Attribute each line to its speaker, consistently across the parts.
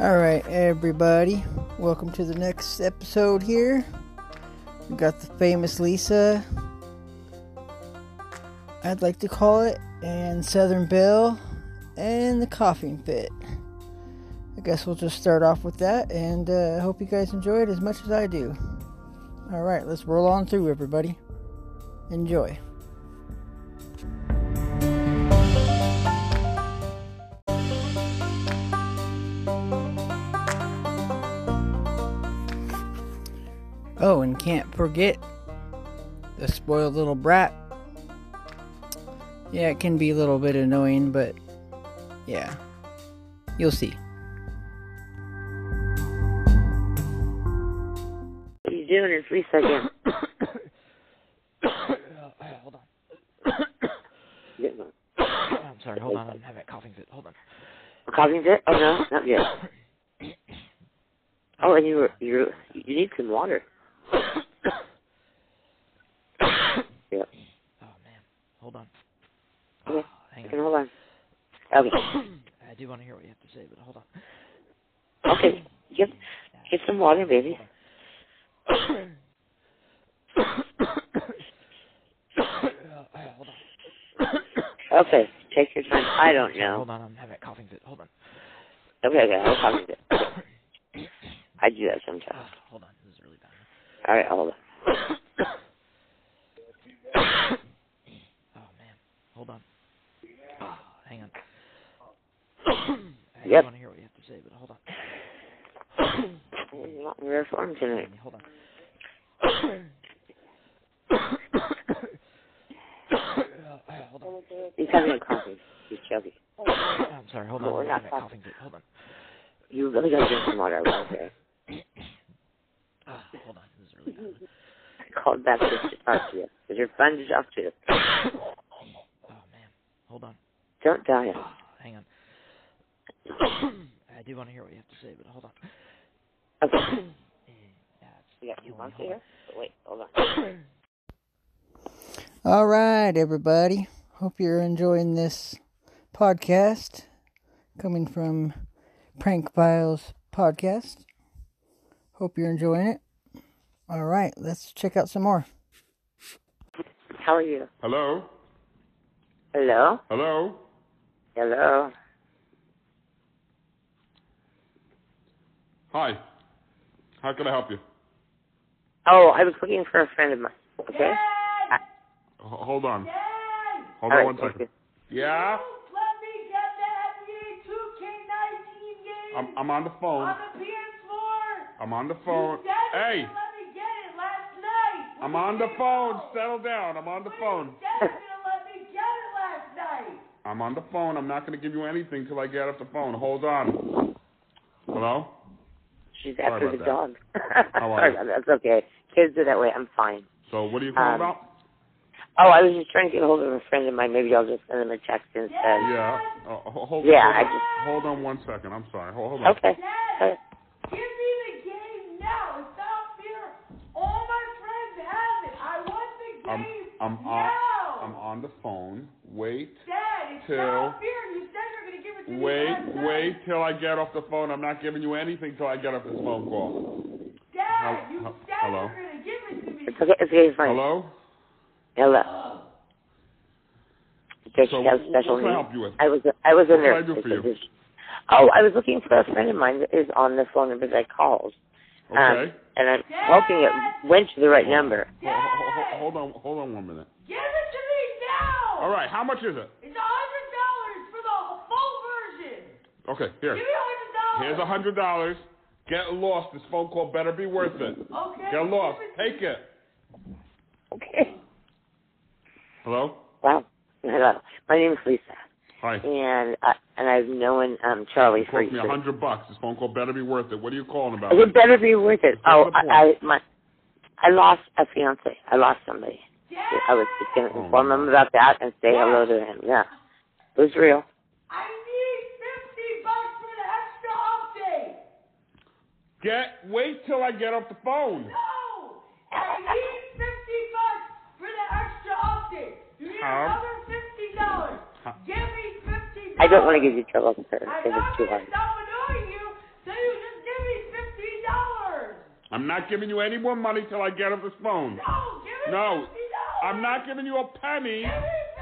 Speaker 1: All right, everybody, welcome to the next episode here. We got the famous Lisa. I'd like to call it, and Southern Belle, and the coughing fit. I guess we'll just start off with that, and uh, I hope you guys enjoy it as much as I do. All right, let's roll on through, everybody. Enjoy. Oh, and can't forget the spoiled little brat. Yeah, it can be a little bit annoying, but yeah, you'll see.
Speaker 2: What are you doing? It's Lisa again.
Speaker 3: Oh, hold on.
Speaker 2: Getting a
Speaker 3: I'm sorry, hold on. I'm having a coughing fit. Hold on.
Speaker 2: coughing fit? Oh no, not yet. Oh, and you were you were- you need some water. Yeah.
Speaker 3: Oh, man. Hold on. Oh,
Speaker 2: Okay.
Speaker 3: Hang
Speaker 2: Okay,
Speaker 3: on.
Speaker 2: hold on. Okay.
Speaker 3: I do want to hear what you have to say, but hold on.
Speaker 2: Okay. Get get some water, baby.
Speaker 3: hold on.
Speaker 2: Okay. Take your time. I don't know.
Speaker 3: Hold on, I'm having a coughing fit. Hold on.
Speaker 2: Okay, okay, I'll coughing fit. Okay. I do that sometimes.
Speaker 3: Ah, hold on, this is really bad.
Speaker 2: All right, hold on.
Speaker 3: Oh man, hold on. Ah, hang on. I
Speaker 2: Yep.
Speaker 3: want to hear what you have to say, but hold on.
Speaker 2: I'm not in rare form tonight.
Speaker 3: Hold on. Ah, hold on.
Speaker 2: He's having a coffee. He's chubby.
Speaker 3: I'm sorry. Hold
Speaker 2: No, we're
Speaker 3: on.
Speaker 2: not
Speaker 3: I'm having a
Speaker 2: talking.
Speaker 3: coughing fit. Hold on.
Speaker 2: You really gotta drink some water. Okay.
Speaker 3: Ah, hold on. This is really bad.
Speaker 2: I called back just to talk to you. Cause you're fun to talk to.
Speaker 3: Oh man, hold on.
Speaker 2: Don't die.
Speaker 3: Ah, hang on. I do want to hear what you have to say, but hold on.
Speaker 2: Okay.
Speaker 3: Yeah, it's-
Speaker 2: Yeah, you want to hear? Wait, hold on.
Speaker 1: All right, everybody. Hope you're enjoying this podcast coming from Prank Files Podcast. Hope you're enjoying it. All right, let's check out some more.
Speaker 2: How are you?
Speaker 4: Hello?
Speaker 2: Hello?
Speaker 4: Hello?
Speaker 2: Hello?
Speaker 4: Hi. How can I help you? H-
Speaker 2: Oh, I was looking for a friend of mine. Okay?
Speaker 4: hold on.
Speaker 2: All
Speaker 4: Hold on
Speaker 2: right,
Speaker 4: one
Speaker 2: thank
Speaker 4: second. Yeah?
Speaker 5: Let me get that E NBA 2K19 game
Speaker 4: I'm, I'm on the phone.
Speaker 5: on the PS4.
Speaker 4: I'm on the phone.
Speaker 5: You said
Speaker 4: Hey!
Speaker 5: you let me get it last night.
Speaker 4: I'm on the phone. Settle down. I'm on the phone.
Speaker 5: You said you were gonna let me get it last night.
Speaker 4: I'm on the phone. I'm not going to give you anything till I get off the phone. Hold on. Hello?
Speaker 2: She's
Speaker 4: Sorry
Speaker 2: after
Speaker 4: about
Speaker 2: the
Speaker 4: that.
Speaker 2: dog.
Speaker 4: How are
Speaker 2: Sorry
Speaker 4: you?
Speaker 2: about that. That's okay. Kids are that way. I'm fine.
Speaker 4: So, what are you calling
Speaker 2: Um,
Speaker 4: about?
Speaker 2: Oh, I was just trying to get a hold of a friend of mine. Maybe I'll just send him a text instead.
Speaker 4: Yeah. Uh, ho- hold,
Speaker 2: Yeah,
Speaker 4: hold
Speaker 2: I
Speaker 4: on.
Speaker 2: just-
Speaker 4: Hold on one second. I'm sorry. Hold, hold on.
Speaker 2: Okay. Uh,
Speaker 5: Give me the game now. It's not fair. All my friends have it. I want the
Speaker 4: I'm,
Speaker 5: game
Speaker 4: I'm, on,
Speaker 5: now.
Speaker 4: I'm on the phone. Wait.
Speaker 5: Dad, it's
Speaker 4: Till-
Speaker 5: not fair. You said you were gonna give it to me
Speaker 4: Wait,
Speaker 5: last night.
Speaker 4: wait till I get off the phone. I'm not giving you anything till I get off this phone call.
Speaker 5: Dad, you
Speaker 4: Hel-
Speaker 5: said
Speaker 4: hello?
Speaker 5: you were gonna give it to me.
Speaker 2: it's okay. It's okay. It's fine.
Speaker 4: Hello?
Speaker 2: Hello. Does
Speaker 4: So
Speaker 2: she have
Speaker 4: what-
Speaker 2: special
Speaker 4: what can I
Speaker 2: needs?
Speaker 4: help you with?
Speaker 2: I was I was a
Speaker 4: What can I
Speaker 2: nurse.
Speaker 4: do for
Speaker 2: because
Speaker 4: you?
Speaker 2: it's- Oh, I was looking for a friend of mine that is on the phone number that I called. Um,
Speaker 4: Okay.
Speaker 2: and I'm hoping it went to the right number.
Speaker 4: Ho- ho- ho- Hold on, hold on one minute.
Speaker 5: Give it to me now.
Speaker 4: All right, how much is it?
Speaker 5: It's a hundred dollars for the full version.
Speaker 4: Okay, here.
Speaker 5: Give me a hundred dollars.
Speaker 4: Here's a hundred dollars. Get lost. This phone call better be worth it.
Speaker 5: Okay.
Speaker 4: Get lost.
Speaker 5: give it
Speaker 4: Take it.
Speaker 2: Okay.
Speaker 4: Hello?
Speaker 2: Wow. Hello. My name is Lisa,
Speaker 4: Hi.
Speaker 2: and I, and I've known um Charlie
Speaker 4: You
Speaker 2: for
Speaker 4: cost me
Speaker 2: years.
Speaker 4: a hundred bucks. This phone call better be worth it. What are you calling about?
Speaker 2: It better be worth it.
Speaker 4: What's
Speaker 2: Oh,
Speaker 4: the point?
Speaker 2: I, I my I lost a fiance. I lost somebody.
Speaker 5: Dad,
Speaker 2: I was just gonna
Speaker 4: Oh,
Speaker 2: inform
Speaker 4: no.
Speaker 2: him about that and say hello to him. Yeah, it was real.
Speaker 5: I need fifty bucks for the extra update.
Speaker 4: Get wait till I get off the phone.
Speaker 5: No, I need fifty bucks for the extra update. You need
Speaker 4: How?
Speaker 5: another fifty dollars.
Speaker 4: How-
Speaker 5: Give me fifty.
Speaker 2: I don't want to give you trouble, sir.
Speaker 5: I'm
Speaker 2: It was
Speaker 5: not
Speaker 2: too
Speaker 5: gonna
Speaker 2: hard.
Speaker 5: stop annoying you. Then
Speaker 4: I'm not giving you any more money till I get off this phone.
Speaker 6: No, give me
Speaker 4: No.
Speaker 6: $50.
Speaker 4: I'm not giving you a penny
Speaker 6: Give me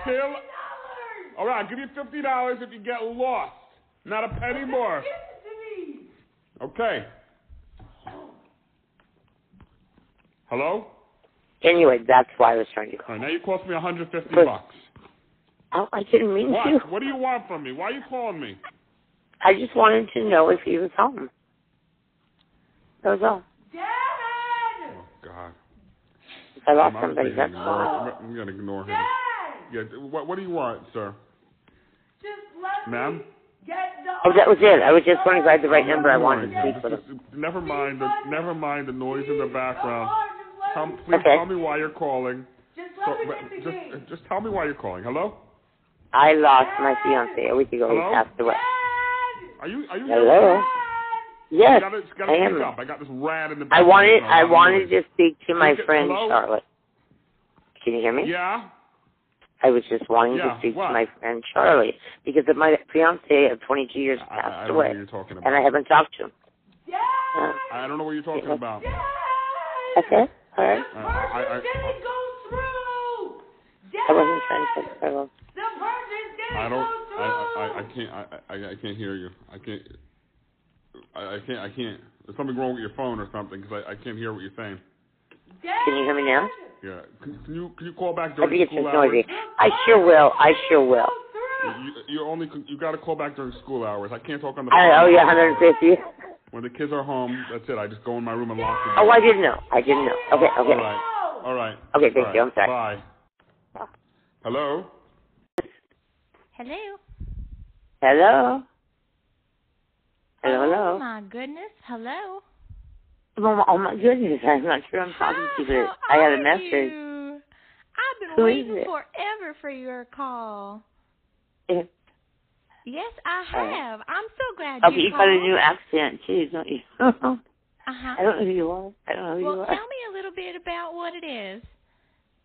Speaker 4: till.
Speaker 6: $50.
Speaker 4: All right, I'll give you fifty dollars if you get lost. Not a penny more.
Speaker 6: Give it to me.
Speaker 4: Okay. Hello.
Speaker 2: Anyway, that's why I was trying to
Speaker 4: All
Speaker 2: call.
Speaker 4: right, now you cost me 150
Speaker 2: But-
Speaker 4: bucks.
Speaker 2: Oh, I didn't mean to.
Speaker 4: What? What do you want from me? Why are you calling me?
Speaker 2: I just wanted to know if he was home. That was all.
Speaker 6: Dad!
Speaker 4: Oh God.
Speaker 2: I lost
Speaker 4: I'm
Speaker 2: somebody.
Speaker 4: honestly
Speaker 2: That's
Speaker 4: gonna
Speaker 2: all.
Speaker 4: ignore- I'm gonna ignore him.
Speaker 6: Dad!
Speaker 4: Yeah. What, what do you want, sir?
Speaker 6: Just let
Speaker 4: Ma'am?
Speaker 6: me get the.
Speaker 2: Oh, that was it. I was just wondering if I had the right number. I wanted to
Speaker 4: Sorry,
Speaker 2: speak with him.
Speaker 4: just- just- Never mind the never mind the noise in the background.
Speaker 6: Come
Speaker 4: Come,
Speaker 6: on,
Speaker 4: please
Speaker 2: Okay.
Speaker 4: tell me why you're calling.
Speaker 6: just
Speaker 4: So-
Speaker 6: let me,
Speaker 4: but
Speaker 6: just let me get the game.
Speaker 4: just, just tell me why you're calling. Hello?
Speaker 2: I lost my fiance a week ago. He
Speaker 4: Hello?
Speaker 2: passed away.
Speaker 6: Dad!
Speaker 4: Are you are you
Speaker 2: Hello?
Speaker 4: You
Speaker 2: Yes,
Speaker 4: gotta, you gotta
Speaker 2: I
Speaker 4: pick
Speaker 2: am.
Speaker 4: up. I got this rat in the
Speaker 2: I
Speaker 4: background.
Speaker 2: wanted
Speaker 4: making a
Speaker 2: I
Speaker 4: lot of
Speaker 2: wanted
Speaker 4: noise.
Speaker 2: to speak to my
Speaker 4: Speak it-
Speaker 2: friend
Speaker 4: hello?
Speaker 2: Charlotte. Can you hear me?
Speaker 4: Yeah.
Speaker 2: I was just wanting
Speaker 4: Yeah,
Speaker 2: to speak
Speaker 4: what?
Speaker 2: to my friend Charlie because of my fiance of 22 years
Speaker 4: I, I- I
Speaker 2: passed
Speaker 4: don't know
Speaker 2: away,
Speaker 4: what you're talking about.
Speaker 2: and I haven't talked to him.
Speaker 6: Dad!
Speaker 2: Uh,
Speaker 4: I don't know what you're talking
Speaker 2: Yeah.
Speaker 4: about.
Speaker 6: Dad!
Speaker 2: That's it. All
Speaker 6: The
Speaker 2: right.
Speaker 6: person
Speaker 4: I- I- I-
Speaker 6: didn't go through! Dad!
Speaker 2: I wasn't trying to. I will.
Speaker 6: The person didn't
Speaker 4: I don't.
Speaker 6: go through!
Speaker 4: I, I, I, I can't. I, I, I can't hear you. I can't. I, I can't. I can't. There's something wrong with your phone or something because I, I can't hear what you're saying.
Speaker 6: Dad!
Speaker 2: Can you hear me now?
Speaker 4: Yeah. Can, can you can you call back
Speaker 2: I
Speaker 4: during
Speaker 2: think it's
Speaker 4: school
Speaker 2: just
Speaker 4: hours?
Speaker 2: noisy. I sure will. I sure will.
Speaker 6: Go through!
Speaker 4: You, you only can- you got to call back during school hours. I can't talk on the phone.
Speaker 2: I owe you 150.
Speaker 4: When the kids are home, that's it. I just go in my room and lock the
Speaker 2: Oh,
Speaker 4: door.
Speaker 2: I didn't know. I didn't know. Okay,
Speaker 4: All
Speaker 2: okay.
Speaker 4: right. All right.
Speaker 2: Okay, thank
Speaker 4: All
Speaker 2: you.
Speaker 4: right.
Speaker 2: I'm sorry.
Speaker 4: Bye. Hello.
Speaker 5: Hello.
Speaker 2: Hello. Hello,
Speaker 5: Oh
Speaker 2: hello.
Speaker 5: my goodness. Hello.
Speaker 2: Mama, oh my goodness, I'm not sure I'm talking to you,
Speaker 5: How
Speaker 2: but I got a
Speaker 5: are
Speaker 2: message.
Speaker 5: you? I've been
Speaker 2: Who is
Speaker 5: waiting
Speaker 2: it?
Speaker 5: forever for your call.
Speaker 2: Eh,
Speaker 5: Yes, I
Speaker 2: Oh.
Speaker 5: have. I'm so glad
Speaker 2: Oh, but
Speaker 5: you
Speaker 2: you got
Speaker 5: called.
Speaker 2: a new accent too, don't you? I
Speaker 5: uh-huh.
Speaker 2: don't know who you are. I don't know who
Speaker 5: well,
Speaker 2: you are.
Speaker 5: tell me a little bit about what it is.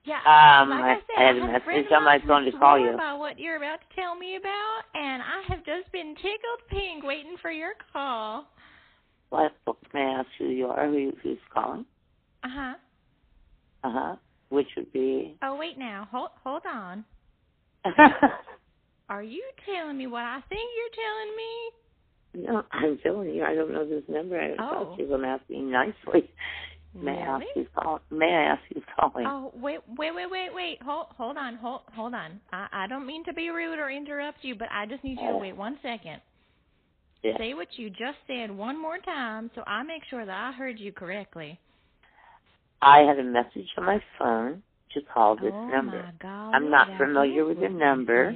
Speaker 5: Yeah.
Speaker 2: Um,
Speaker 5: like
Speaker 2: I-
Speaker 5: I, said,
Speaker 2: I had a
Speaker 5: a
Speaker 2: message
Speaker 5: friend of
Speaker 2: on my
Speaker 5: mine
Speaker 2: phone to call
Speaker 5: swore
Speaker 2: you.
Speaker 5: By what you're about to tell me about, and I have just been tickled pink waiting for your call.
Speaker 2: What? May I ask who you are? Who who's calling?
Speaker 5: Uh huh.
Speaker 2: Uh huh. Which would be?
Speaker 5: Oh wait, now hold hold on. Are you telling me what I think you're telling me?
Speaker 2: no, I'm telling you, I don't know this number. I haven't
Speaker 5: Oh.
Speaker 2: talked to you. I'm asking nicely. May I ask
Speaker 5: Really?
Speaker 2: who's calling? May I ask who's calling?
Speaker 5: Oh wait, wait, wait, wait, wait. Hold, hold on, hold, hold on. I, I don't mean to be rude or interrupt you, but I just need you to wait one second.
Speaker 2: Yeah.
Speaker 5: Say what you just said one more time, so I make sure that I heard you correctly.
Speaker 2: I had a message on my phone to call this
Speaker 5: oh
Speaker 2: number,
Speaker 5: my God!
Speaker 2: I'm not familiar with your number.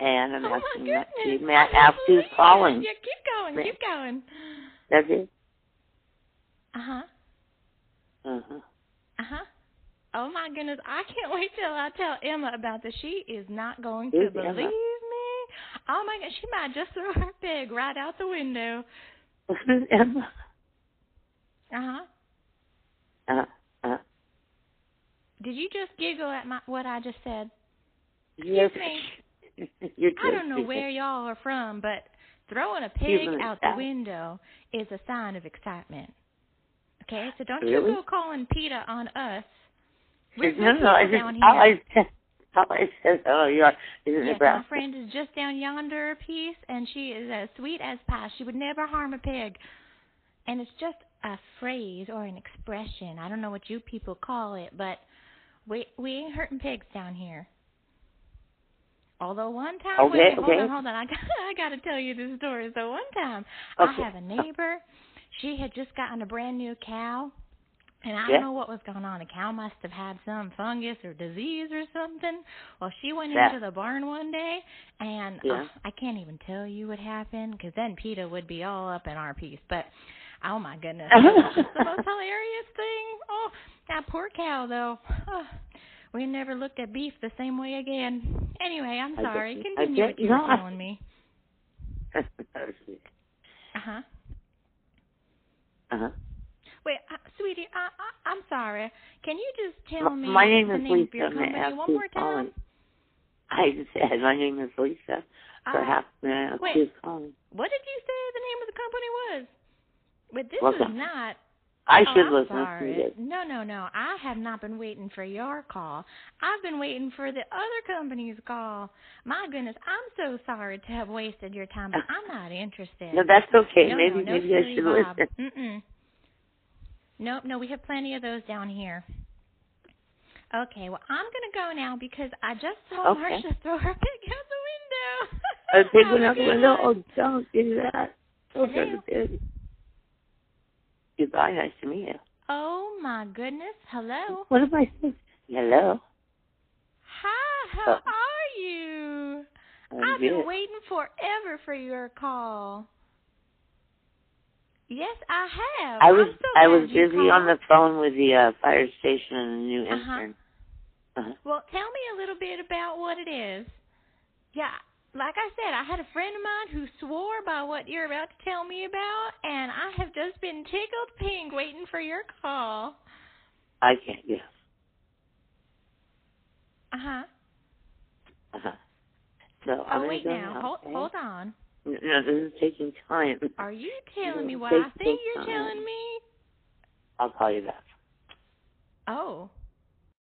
Speaker 2: and I'm
Speaker 5: oh
Speaker 2: asking
Speaker 5: my
Speaker 2: that to you.
Speaker 5: goodness!
Speaker 2: May I
Speaker 5: can't
Speaker 2: ask who's
Speaker 5: believe it.
Speaker 2: calling?
Speaker 5: Yeah, keep going,
Speaker 2: May-
Speaker 5: keep going.
Speaker 2: That's it.
Speaker 5: Uh huh.
Speaker 2: Uh-huh.
Speaker 5: Uh huh. Oh my goodness, I can't wait till I tell Emma about this. She is not going to
Speaker 2: Who's Emma?
Speaker 5: believe me. Oh my god, she might just throw her pig right out the window.
Speaker 2: Emma.
Speaker 5: Uh huh.
Speaker 2: Uh, uh,
Speaker 5: Did you just giggle at my what I just said?
Speaker 2: yes. You're
Speaker 5: I don't know
Speaker 2: joking.
Speaker 5: where y'all are from, but throwing a pig
Speaker 2: Even
Speaker 5: out the
Speaker 2: that.
Speaker 5: window is a sign of excitement. Okay, so don't
Speaker 2: Really?
Speaker 5: you go calling PETA on us. We're
Speaker 2: No,
Speaker 5: good
Speaker 2: no, I just,
Speaker 5: people down here.
Speaker 2: all I said, all I said, oh, you are, is
Speaker 5: Yes, my
Speaker 2: Nebraska.
Speaker 5: friend is just down yonder a piece, and she is as sweet as pie. She would never harm a pig. And it's just a phrase or an expression. I don't know what you people call it, but we we ain't hurting pigs down here. Although one time,
Speaker 2: Okay,
Speaker 5: wait, hold
Speaker 2: okay.
Speaker 5: on, hold on, I got I got to tell you this story. So one time,
Speaker 2: Okay.
Speaker 5: I have a neighbor. She had just gotten a brand new cow, and I
Speaker 2: Yeah.
Speaker 5: don't know what was going on. The cow must have had some fungus or disease or something. Well, she went
Speaker 2: Yeah.
Speaker 5: into the barn one day, and
Speaker 2: Yeah.
Speaker 5: uh, I can't even tell you what happened because then PETA would be all up in our piece. But oh my goodness, it was just the most hilarious thing. Oh, that poor cow though. Oh, we never looked at beef the same way again. Anyway, I'm
Speaker 2: I get
Speaker 5: sorry.
Speaker 2: you. I
Speaker 5: Continue
Speaker 2: get
Speaker 5: what
Speaker 2: you.
Speaker 5: you were
Speaker 2: No, I-
Speaker 5: telling me. Uh huh.
Speaker 2: uh-huh.
Speaker 5: Wait, uh, sweetie, I, I, I'm sorry. Can you just tell
Speaker 2: M-
Speaker 5: me
Speaker 2: my name
Speaker 5: the
Speaker 2: is
Speaker 5: name of
Speaker 2: Lisa.
Speaker 5: your
Speaker 2: May I
Speaker 5: company
Speaker 2: ask
Speaker 5: one
Speaker 2: who's
Speaker 5: more time?
Speaker 2: calling? I just said, my name is Lisa.
Speaker 7: Ah.
Speaker 5: Uh,
Speaker 2: Perhaps may I ask
Speaker 5: wait.
Speaker 2: who's calling?
Speaker 5: What did you say the name of the company was? But this
Speaker 2: Welcome.
Speaker 5: is not
Speaker 2: I
Speaker 7: Oh,
Speaker 2: should
Speaker 7: I'm
Speaker 2: listen
Speaker 7: sorry.
Speaker 2: to you.
Speaker 7: No, no, no. I have not been waiting for your call. I've been waiting for the other company's call. My goodness, I'm so sorry to have wasted your time, but I'm not interested.
Speaker 2: No, that's okay.
Speaker 7: no,
Speaker 2: maybe
Speaker 7: no, no
Speaker 2: maybe
Speaker 7: silly
Speaker 2: I should
Speaker 7: Bob.
Speaker 2: listen.
Speaker 7: Mm-mm. Nope, no, we have plenty of those down here. Okay, well, I'm going to go now because I just saw
Speaker 2: Okay. Uh,
Speaker 7: Marcia throw her pig out the window.
Speaker 2: I was
Speaker 7: Have
Speaker 2: picking
Speaker 7: a
Speaker 2: up
Speaker 7: good
Speaker 2: window.
Speaker 7: one.
Speaker 2: Oh, don't do that. Don't
Speaker 7: Hello.
Speaker 2: do the Goodbye. Nice to meet you.
Speaker 7: Oh, my goodness. Hello.
Speaker 2: What am I saying? Hello.
Speaker 7: Hi, how
Speaker 2: Uh,
Speaker 7: are you?
Speaker 2: I'm
Speaker 7: I've
Speaker 2: good.
Speaker 7: been waiting forever for your call. Yes, I have.
Speaker 2: I was
Speaker 7: I'm so
Speaker 2: I
Speaker 7: glad
Speaker 2: was
Speaker 7: you
Speaker 2: busy on the
Speaker 7: called.
Speaker 2: phone with the uh, fire station and the new
Speaker 7: Uh-huh.
Speaker 2: intern. Uh-huh.
Speaker 7: Well, tell me a little bit about what it is. Yeah, like I said, I had a friend of mine who swore by what you're about to tell me about, and I have just been tickled pink waiting for your call.
Speaker 2: I can't. Yeah.
Speaker 7: Uh huh.
Speaker 2: Uh-huh. So I'm
Speaker 7: Oh
Speaker 2: gonna
Speaker 7: wait
Speaker 2: go
Speaker 7: now, hold
Speaker 2: okay?
Speaker 7: hold on.
Speaker 2: No, No, this is taking time.
Speaker 7: Are you telling me
Speaker 2: It'll
Speaker 7: what I
Speaker 2: take
Speaker 7: think
Speaker 2: some
Speaker 7: you're
Speaker 2: time.
Speaker 7: telling me?
Speaker 2: I'll call you back.
Speaker 7: Oh.